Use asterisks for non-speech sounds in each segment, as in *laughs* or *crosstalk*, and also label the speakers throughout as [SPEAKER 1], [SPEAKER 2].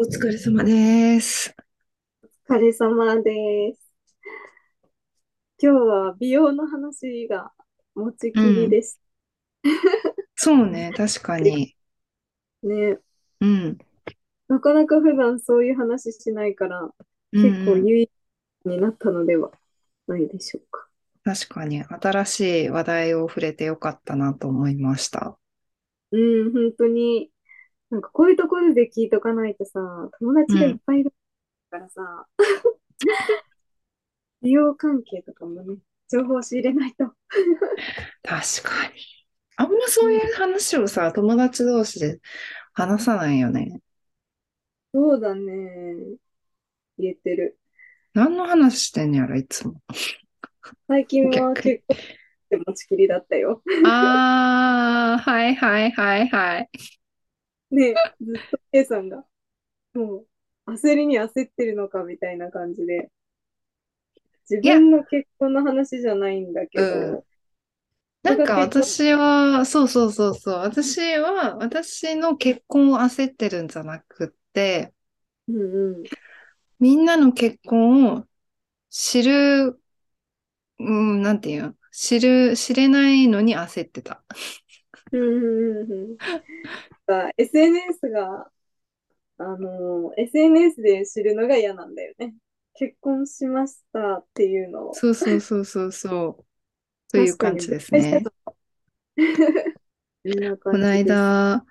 [SPEAKER 1] 疲れ様です。
[SPEAKER 2] お疲れ様です。今日は美容の話が持ち
[SPEAKER 1] う
[SPEAKER 2] きり
[SPEAKER 1] ん。
[SPEAKER 2] です。
[SPEAKER 1] そうね、確かに。
[SPEAKER 2] ね。
[SPEAKER 1] うん。
[SPEAKER 2] なかなか普段そういう話しないから、
[SPEAKER 1] う
[SPEAKER 2] 結構
[SPEAKER 1] んうん。
[SPEAKER 2] 有意義になったのではないでしょうか。
[SPEAKER 1] 確かに、新しい話題を触れてよかったなと思いました。
[SPEAKER 2] うん、本当に。なんかこういうところで聞いとかないとさ、友
[SPEAKER 1] う
[SPEAKER 2] 達がいっ
[SPEAKER 1] ん。
[SPEAKER 2] ぱいいるからさ、美容関係とかもね、情報を仕入れないと。
[SPEAKER 1] 確かに。あんま
[SPEAKER 2] う
[SPEAKER 1] そう
[SPEAKER 2] ん、
[SPEAKER 1] いう話をさ、友達同士で話さないよね。
[SPEAKER 2] そうだね。言えてる。
[SPEAKER 1] 何の話してんのやろ、いつ *laughs* も。
[SPEAKER 2] 最近は
[SPEAKER 1] 逆に。
[SPEAKER 2] 結構持ちきりだったよ。 *laughs*
[SPEAKER 1] あー、はいはいはいはい。
[SPEAKER 2] ね、ずっと A さんが。もう、焦りに焦ってるのかみたいな感じで、自
[SPEAKER 1] いや、
[SPEAKER 2] 分の結婚の話じゃないんだけ
[SPEAKER 1] うん。
[SPEAKER 2] ど、
[SPEAKER 1] な
[SPEAKER 2] 人
[SPEAKER 1] ん
[SPEAKER 2] が
[SPEAKER 1] か
[SPEAKER 2] 結婚、
[SPEAKER 1] 私は、そうそうそうそう、私は、私の結婚を焦ってるんじゃなくって、
[SPEAKER 2] うんうん、
[SPEAKER 1] みんなの結婚を知る、うん、なんていうの、知る、知れないのに焦ってた。
[SPEAKER 2] うんうんうんうん。だ SNS が、あのー SNS で知るのが嫌なんだよね。結婚しましたっていうのを。
[SPEAKER 1] そうそうそうそうそう、とい
[SPEAKER 2] 確
[SPEAKER 1] う
[SPEAKER 2] か
[SPEAKER 1] 感
[SPEAKER 2] に、
[SPEAKER 1] じ
[SPEAKER 2] 絶
[SPEAKER 1] で
[SPEAKER 2] 対
[SPEAKER 1] す
[SPEAKER 2] して
[SPEAKER 1] ね。
[SPEAKER 2] た。
[SPEAKER 1] *laughs*
[SPEAKER 2] *laughs* そんな感じで
[SPEAKER 1] この
[SPEAKER 2] す。
[SPEAKER 1] 間、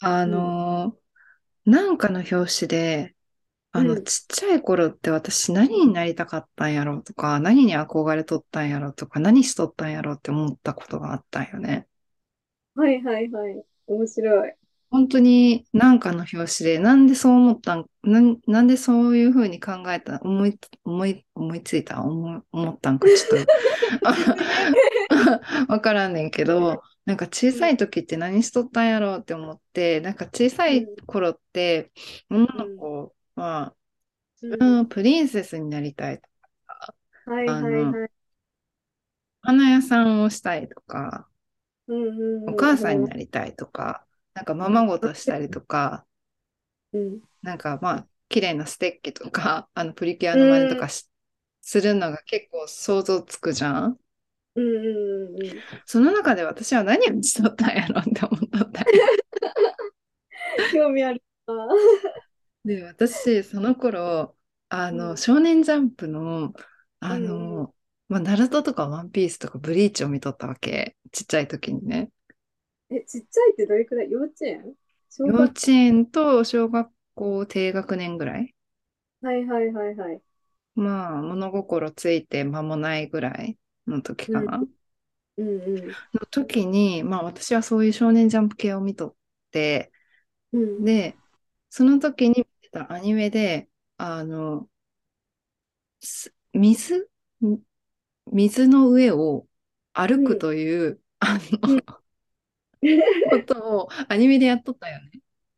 [SPEAKER 1] あ
[SPEAKER 2] うん、
[SPEAKER 1] の、なんかの表紙で、
[SPEAKER 2] う
[SPEAKER 1] あの、
[SPEAKER 2] ん、
[SPEAKER 1] ちっちゃい頃って私何になりたかったんやろうとか、何に憧れとったんやろうとか、何しとったんやろうって思ったことがあったんよね。
[SPEAKER 2] はいはいはい。面白い。
[SPEAKER 1] 本当に何かの表紙で、なんでそう思ったん、なん、なんでそういうふうに考えた、思い、思い、思いついた、思い、思ったんか、ちょっと、 *laughs* わからんねんけど、なんか小
[SPEAKER 2] う
[SPEAKER 1] さ
[SPEAKER 2] ん、
[SPEAKER 1] い時って何しとったんやろうって思って、なんか小さ
[SPEAKER 2] う
[SPEAKER 1] い
[SPEAKER 2] ん、
[SPEAKER 1] 頃って、女
[SPEAKER 2] う
[SPEAKER 1] の
[SPEAKER 2] ん、
[SPEAKER 1] 子は、
[SPEAKER 2] う。
[SPEAKER 1] うんん、プリンセスになりたいとか、
[SPEAKER 2] はい
[SPEAKER 1] あ
[SPEAKER 2] はい
[SPEAKER 1] の、
[SPEAKER 2] はい。
[SPEAKER 1] 花屋さんをしたいとか、
[SPEAKER 2] うんう
[SPEAKER 1] お
[SPEAKER 2] んう
[SPEAKER 1] 母
[SPEAKER 2] ん、
[SPEAKER 1] さ
[SPEAKER 2] わ
[SPEAKER 1] んに
[SPEAKER 2] か
[SPEAKER 1] なりたいとか、なんかま
[SPEAKER 2] る。う
[SPEAKER 1] ま
[SPEAKER 2] ん、
[SPEAKER 1] ごとしたりとか、
[SPEAKER 2] うん、
[SPEAKER 1] なんかまあ綺麗なステッキとか *laughs* あのプリキュア
[SPEAKER 2] う
[SPEAKER 1] の真似と
[SPEAKER 2] ん、
[SPEAKER 1] かしするのが結構想像つくじゃん。
[SPEAKER 2] うん、うん、うん。
[SPEAKER 1] その中で私は何をしとったんやろって思っと
[SPEAKER 2] *laughs*
[SPEAKER 1] ったんよ。
[SPEAKER 2] 興味あるな。 *laughs*
[SPEAKER 1] で私その頃あ
[SPEAKER 2] う
[SPEAKER 1] の
[SPEAKER 2] ん、
[SPEAKER 1] 「少年ジャンプの」
[SPEAKER 2] う
[SPEAKER 1] あ
[SPEAKER 2] ん、うん。
[SPEAKER 1] の、まあ、ナルトとかワンピースとかブリーチを見とったわけちっちゃい時にね。
[SPEAKER 2] え、ちっちゃいってどれくらい幼稚園小
[SPEAKER 1] 幼
[SPEAKER 2] 学
[SPEAKER 1] 稚園と小学校低学年ぐらい
[SPEAKER 2] はいはいはいはい。
[SPEAKER 1] まあ物心ついて間もないぐらいの時
[SPEAKER 2] う
[SPEAKER 1] か
[SPEAKER 2] ん、
[SPEAKER 1] な。
[SPEAKER 2] うん、
[SPEAKER 1] の時に、まあ私はそういう少年ジャンプ系を見とって、
[SPEAKER 2] うん。
[SPEAKER 1] で、その時に見てたアニメで、あの、す水、み水の上を
[SPEAKER 2] う
[SPEAKER 1] 歩く
[SPEAKER 2] ん、
[SPEAKER 1] という、あ
[SPEAKER 2] うん、。
[SPEAKER 1] の、ことをアニメでやっとったよね。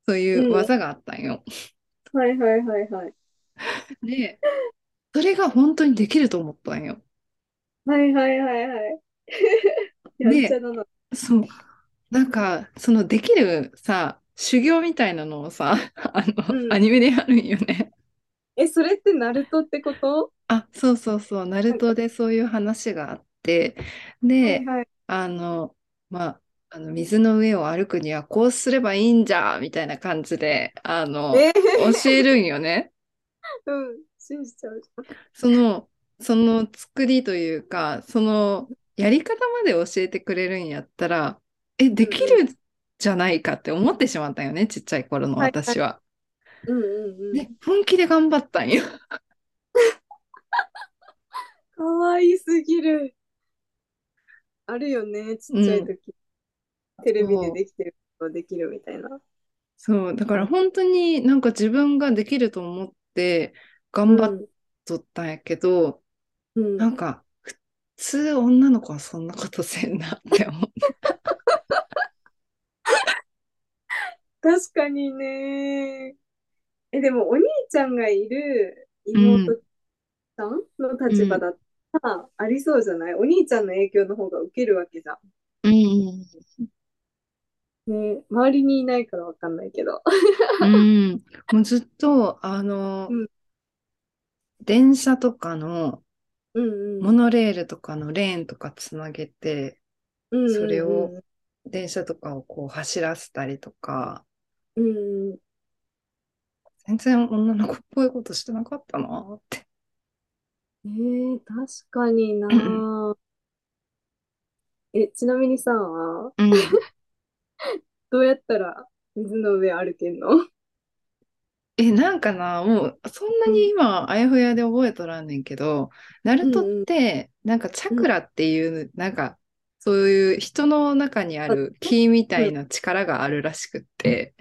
[SPEAKER 1] そういううん技があったんよ。
[SPEAKER 2] はいはいはいはい。
[SPEAKER 1] で、それが本当にできると思ったんよ。
[SPEAKER 2] はいはいはいはい。 *laughs* やんちゃ
[SPEAKER 1] で、
[SPEAKER 2] だな。
[SPEAKER 1] そう、なんか、そのできるさ、修行みたいなのをさ、 *laughs* あ
[SPEAKER 2] う
[SPEAKER 1] の、ア
[SPEAKER 2] ん。
[SPEAKER 1] ニメでやるんよね。
[SPEAKER 2] え、それってナルトってこと
[SPEAKER 1] あ、そうそうそう、ナル
[SPEAKER 2] なん
[SPEAKER 1] ト
[SPEAKER 2] か、
[SPEAKER 1] でそういう話があって、
[SPEAKER 2] はい
[SPEAKER 1] で、
[SPEAKER 2] はい。
[SPEAKER 1] あの、まあ、あの水の上を歩くにはこうすればいいんじゃみたいな感じで、あの、
[SPEAKER 2] え
[SPEAKER 1] 教えるんよね。
[SPEAKER 2] *laughs* うん、信じちゃうじゃん。
[SPEAKER 1] その、その作りというか、そのやり方まで教えてくれるんやったら、え、
[SPEAKER 2] う
[SPEAKER 1] でき
[SPEAKER 2] んうん。
[SPEAKER 1] るじゃないかって思ってしまったよね、ちっちゃい頃の
[SPEAKER 2] はいは
[SPEAKER 1] 私
[SPEAKER 2] い。
[SPEAKER 1] は。
[SPEAKER 2] うんうんう
[SPEAKER 1] で、
[SPEAKER 2] ん。
[SPEAKER 1] 本気で頑張ったんよ。 *laughs*
[SPEAKER 2] かわいすぎる。あるよね、ちっ
[SPEAKER 1] う
[SPEAKER 2] ちゃい
[SPEAKER 1] ん、
[SPEAKER 2] 時。テレビで
[SPEAKER 1] そう。
[SPEAKER 2] できてることができるみたいな。
[SPEAKER 1] そう、だから本当になんか自分ができると思って
[SPEAKER 2] う
[SPEAKER 1] 頑張っ
[SPEAKER 2] ん、
[SPEAKER 1] とったんやけど、
[SPEAKER 2] う。
[SPEAKER 1] なんんか普通女の子はそんなことせんなって思う。
[SPEAKER 2] 確かにね。え、でもお兄ちゃんがいる
[SPEAKER 1] うん、
[SPEAKER 2] 妹さんの
[SPEAKER 1] う
[SPEAKER 2] 立場
[SPEAKER 1] ん、
[SPEAKER 2] だったらありそうじゃないお兄ちゃんの影響の方が受けるわけじゃん。
[SPEAKER 1] うん。
[SPEAKER 2] ね、周りにいないからわかんないけど。
[SPEAKER 1] うん、もうずっと、あの、
[SPEAKER 2] うん
[SPEAKER 1] 電車とかの
[SPEAKER 2] うん
[SPEAKER 1] モノレールとかのレーンとかつなげて、
[SPEAKER 2] うん。
[SPEAKER 1] それを電車とかをこう走らせたりとか、
[SPEAKER 2] うんうん。
[SPEAKER 1] 全然女の子っぽいことしてなかったなって。
[SPEAKER 2] うん。えー、確かにな。 *laughs* え、ちなみにさ、
[SPEAKER 1] うん、
[SPEAKER 2] どうやったら水の上歩けんの
[SPEAKER 1] *laughs* え、なんかな、もうそんなに今、あやふやで覚えとらんねんけど、ナルトって、なんかチャクラっていう、なんか、そういう人の中にある気みたいな力があるらしくって、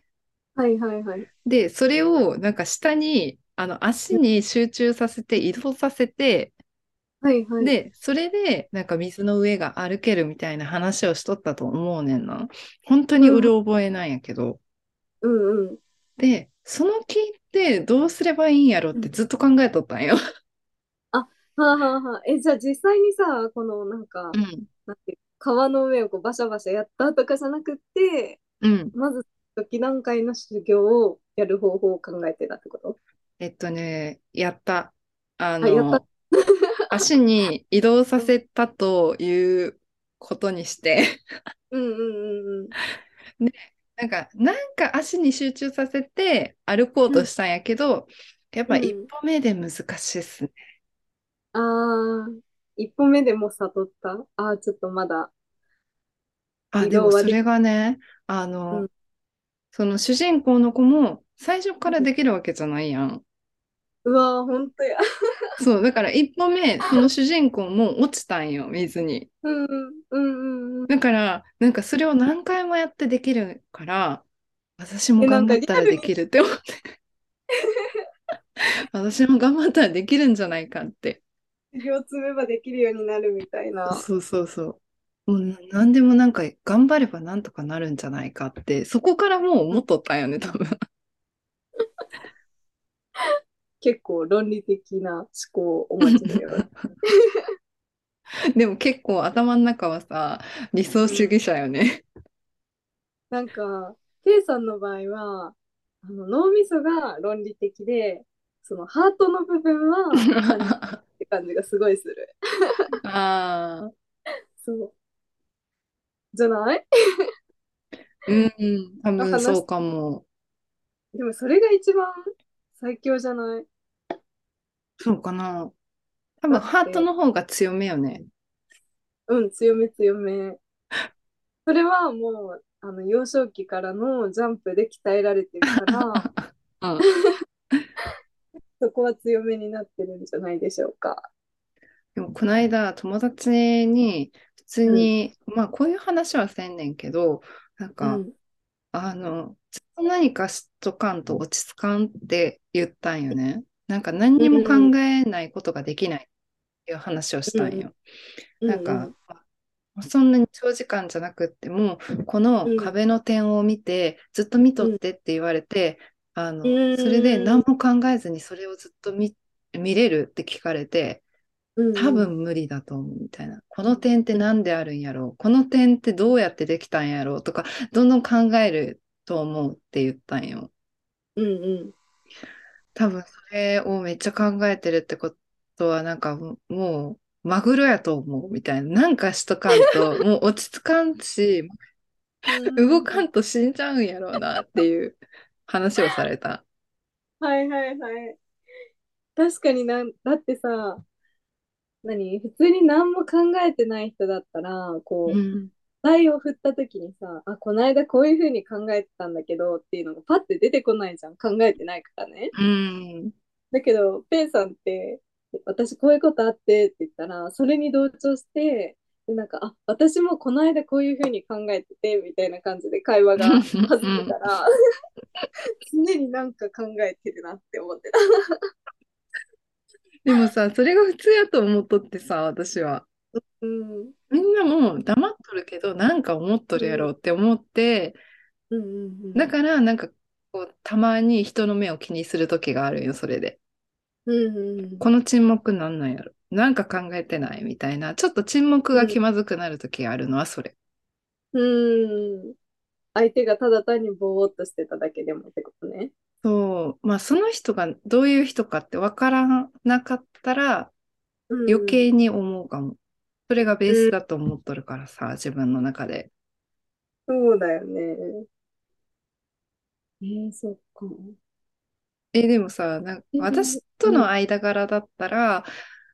[SPEAKER 2] はいはいはい。
[SPEAKER 1] で、それをなんか下に、あの足に集中させて移動させて、
[SPEAKER 2] はいはい。
[SPEAKER 1] で、それでなんか水の上が歩けるみたいな話をしとったと思うねんな。本当にうる覚えなんやけど。
[SPEAKER 2] うんうん。
[SPEAKER 1] で、その気ってどうすればいいんやろってずっと考えとったんよ。
[SPEAKER 2] はあはあはあ。え、じゃあ実際にさ、このなんか、
[SPEAKER 1] うん。
[SPEAKER 2] なんていう川の上をこうバシャバシャやったとかじゃなくて、
[SPEAKER 1] うん。
[SPEAKER 2] まず初期段階の修行をやる方法を考えてたってこと
[SPEAKER 1] えっとね、やった。あ
[SPEAKER 2] あやっ
[SPEAKER 1] の、 *laughs* 足に移動させたということにして。 *laughs*
[SPEAKER 2] うんうんうんうん。
[SPEAKER 1] なんか、なんか足に集中させて歩こうとしたんやけど、やっぱ
[SPEAKER 2] うん
[SPEAKER 1] 一歩目で難しいっすね。
[SPEAKER 2] ああ、一歩目でもう悟った。ああ、ちょっとまだ。
[SPEAKER 1] あ、
[SPEAKER 2] 移
[SPEAKER 1] で
[SPEAKER 2] 動
[SPEAKER 1] も
[SPEAKER 2] は
[SPEAKER 1] そ
[SPEAKER 2] でき
[SPEAKER 1] れがね、あの、
[SPEAKER 2] うん
[SPEAKER 1] その主人公の子も最初からできるわけじゃないや
[SPEAKER 2] *laughs*
[SPEAKER 1] ん。
[SPEAKER 2] うわー、ほんとや。
[SPEAKER 1] そう、だから一歩目、その主人公も落ちたんよ、水に。
[SPEAKER 2] うんうんうんうん。
[SPEAKER 1] だから、なんかそれを何回もやってできるから、私も
[SPEAKER 2] えなん
[SPEAKER 1] 頑
[SPEAKER 2] か
[SPEAKER 1] 張ったらできるって思って。
[SPEAKER 2] *laughs*
[SPEAKER 1] 私も頑張ったらできるんじゃないかって。
[SPEAKER 2] 両積めばできるようになるみたいな。
[SPEAKER 1] そうそうそう。もうな何でもなんか頑張ればなんとかなるんじゃないかって、そこからもう思っとったんよね、多分。
[SPEAKER 2] 結構論理的な思考をお待ちしてます。
[SPEAKER 1] *laughs* でも結構頭の中はさ、理想主義者よね。
[SPEAKER 2] なんか、K さんの場合は、あの脳みそが論理的で、そのハートの部分は感じっ
[SPEAKER 1] あ
[SPEAKER 2] て感じがすごいする。
[SPEAKER 1] *laughs* あ
[SPEAKER 2] そう。じゃない
[SPEAKER 1] ー、うん、多分そうかも。
[SPEAKER 2] でもそれが一番最強じゃない
[SPEAKER 1] そうかな。多分ハートの方が強めよね。
[SPEAKER 2] うん、強め強め。それはもう、あの、幼少期からのジャンプで鍛えられてるから、
[SPEAKER 1] うん、
[SPEAKER 2] そこは強めになってるんじゃないでしょうか。
[SPEAKER 1] でもこの間友達に普通に、まあこういう話はせんねんけど、なん
[SPEAKER 2] う
[SPEAKER 1] か、
[SPEAKER 2] ん。
[SPEAKER 1] あの、ずっと何かしとかんと落ち着かんって言ったんよね。なんか何にも考えないことができないっていう話をしたんよ。なん
[SPEAKER 2] う
[SPEAKER 1] か
[SPEAKER 2] ん、
[SPEAKER 1] そんなに長時間じゃなくっても、この壁の点を見て、ずっと見とってって言われて、あの、
[SPEAKER 2] うん
[SPEAKER 1] それで何も考えずにそれをずっと見、見れるって聞かれて、
[SPEAKER 2] うん、
[SPEAKER 1] 多分無理だと思うみたいな。この点って何であるんやろうこの点ってどうやってできたんやろうとか、どんどん考えると思うって言ったんよ。
[SPEAKER 2] うんうん。
[SPEAKER 1] 多分それをめっちゃ考えてるってことは、なんかもう、もうマグロやと思うみたいな。なんかしとかんと、もう落ち着かんし、動か
[SPEAKER 2] ん。
[SPEAKER 1] んと死んじゃうんやろうなっていう話をされた。
[SPEAKER 2] はいはいはい。確かになん、だってさ、何普通に何も考えてない人だったら、こ
[SPEAKER 1] う
[SPEAKER 2] う、
[SPEAKER 1] ん。
[SPEAKER 2] 題を振った時にさ、あ、この間こういうふうに考えてたんだけどっていうのがパッて出てこないじゃん。考えてないからね。
[SPEAKER 1] うん。
[SPEAKER 2] だけど、ペイさんって、私こういうことあってって言ったら、それに同調して、で、なんか、あ、私もこの間こういうふうに考えてて、みたいな感じで会話が弾む
[SPEAKER 1] *laughs*
[SPEAKER 2] から、常になんか考えてるなって思ってた。
[SPEAKER 1] でもさ、それが普通やと思っとってさ、私は。
[SPEAKER 2] うん。
[SPEAKER 1] みんなもう黙っとるけど、なんか思っとるやろうって思って、
[SPEAKER 2] うんうんうん。
[SPEAKER 1] だから、なんかこう、たまに人の目を気にする時があるよ、それで。
[SPEAKER 2] うんうんうん。
[SPEAKER 1] この沈黙なんなんやろ。なんか考えてないみたいな、ちょっと沈黙が気まずくなる時があるのはそれ。
[SPEAKER 2] うん。相手がただ単にぼーっとしてただけでもってことね。
[SPEAKER 1] そう、まあその人がどういう人かってわからなかったら
[SPEAKER 2] うん
[SPEAKER 1] 余計に思うかも。それがベースだと思っとるからさ、自分の中で。
[SPEAKER 2] そうだよね。えー、そっか。
[SPEAKER 1] え、でもさ、なんか
[SPEAKER 2] うん
[SPEAKER 1] 私との間柄だったら、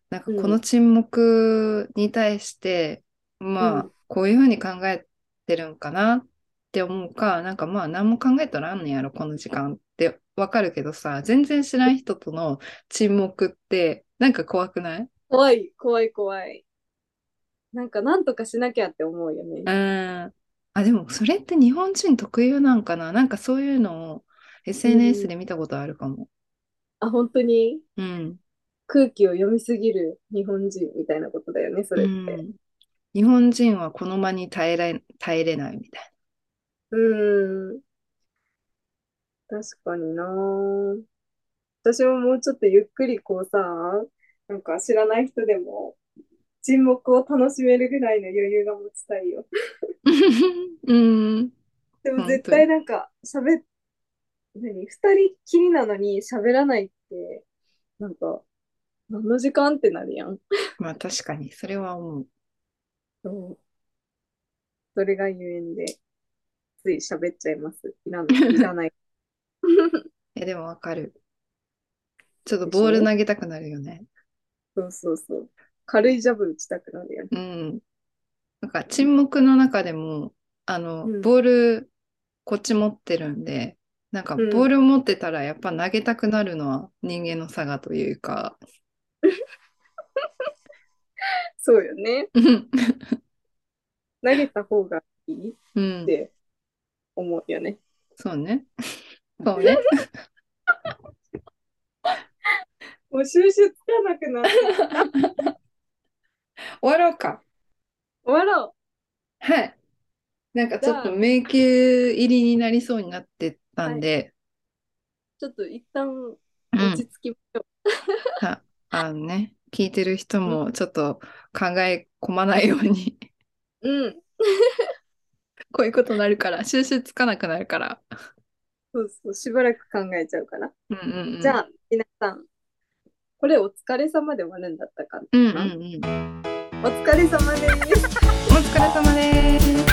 [SPEAKER 1] なんか
[SPEAKER 2] うん
[SPEAKER 1] この沈黙に対して、ま
[SPEAKER 2] う
[SPEAKER 1] あ、こういうふうに考えてるんかなって思うか、なんかまあ、何も考えとらんのやろ、この時間ってわかるけどさ、全然知らん人との沈黙って、なんか怖くない
[SPEAKER 2] 怖い、怖い、怖い。なんか、なんとかしなきゃって思うよね
[SPEAKER 1] う。ん。あ、でも、それって日本人特有なんかななんかそういうのを SNS で見たことあるかも。
[SPEAKER 2] あ、本当に
[SPEAKER 1] うん。
[SPEAKER 2] 空気を読みすぎる日本人みたいなことだよね、それっ
[SPEAKER 1] う
[SPEAKER 2] て。
[SPEAKER 1] ん、日本人はこの間に耐えられ、耐えれないみたい
[SPEAKER 2] うん。確かにな私ももうちょっとゆっくりこうさ、なんか知らない人でも沈黙を楽しめるぐらいの余裕が持ちたい
[SPEAKER 1] *laughs*
[SPEAKER 2] よ。
[SPEAKER 1] な。うん。
[SPEAKER 2] でも
[SPEAKER 1] 本当に
[SPEAKER 2] 絶対なんか喋っ、何、二人きりなのに喋らないって、なんか、何の時間ってなるやん。
[SPEAKER 1] まあ確かに、それは思う。
[SPEAKER 2] そう。それがゆえんで、つい喋っちゃいます。いらない。いら
[SPEAKER 1] *laughs*
[SPEAKER 2] ない。
[SPEAKER 1] いや、でもわかる。ちょっとボール投げたくなるよね。
[SPEAKER 2] そうそうそう。軽いジャブ打ちたくなるやん。
[SPEAKER 1] うん。なんか沈黙の中でも、あの、
[SPEAKER 2] うん
[SPEAKER 1] ボール、こっち持ってるんで、なんか
[SPEAKER 2] うん
[SPEAKER 1] ボール持ってたらやっぱ投げたくなるのは人間の差がという *laughs* か、
[SPEAKER 2] そうよね。
[SPEAKER 1] うん
[SPEAKER 2] 投げた方がいいっ
[SPEAKER 1] うん、
[SPEAKER 2] て思うよね。
[SPEAKER 1] そう *laughs* ね。そうね。
[SPEAKER 2] もう収拾つかなくなる。
[SPEAKER 1] 終わろうか。
[SPEAKER 2] 終わろ
[SPEAKER 1] はい。なんかちょっ
[SPEAKER 2] じゃ
[SPEAKER 1] と
[SPEAKER 2] あ
[SPEAKER 1] 迷宮入りになりそうになってたんで、
[SPEAKER 2] う。ちょっと一旦
[SPEAKER 1] うん
[SPEAKER 2] 落ち着きましょ
[SPEAKER 1] はあのね、聞いてる人もちょっと考え込まないように、 *laughs*
[SPEAKER 2] う。うん。
[SPEAKER 1] こういうことになるから、収集つかなくなるから。
[SPEAKER 2] そうそう。しばらく考えちゃうから。
[SPEAKER 1] うんうんうん、
[SPEAKER 2] じゃあ、皆さん。これお疲れ様で終わるんだったかな。
[SPEAKER 1] うんうんうん、
[SPEAKER 2] お疲れ様です。
[SPEAKER 1] お疲れ様です。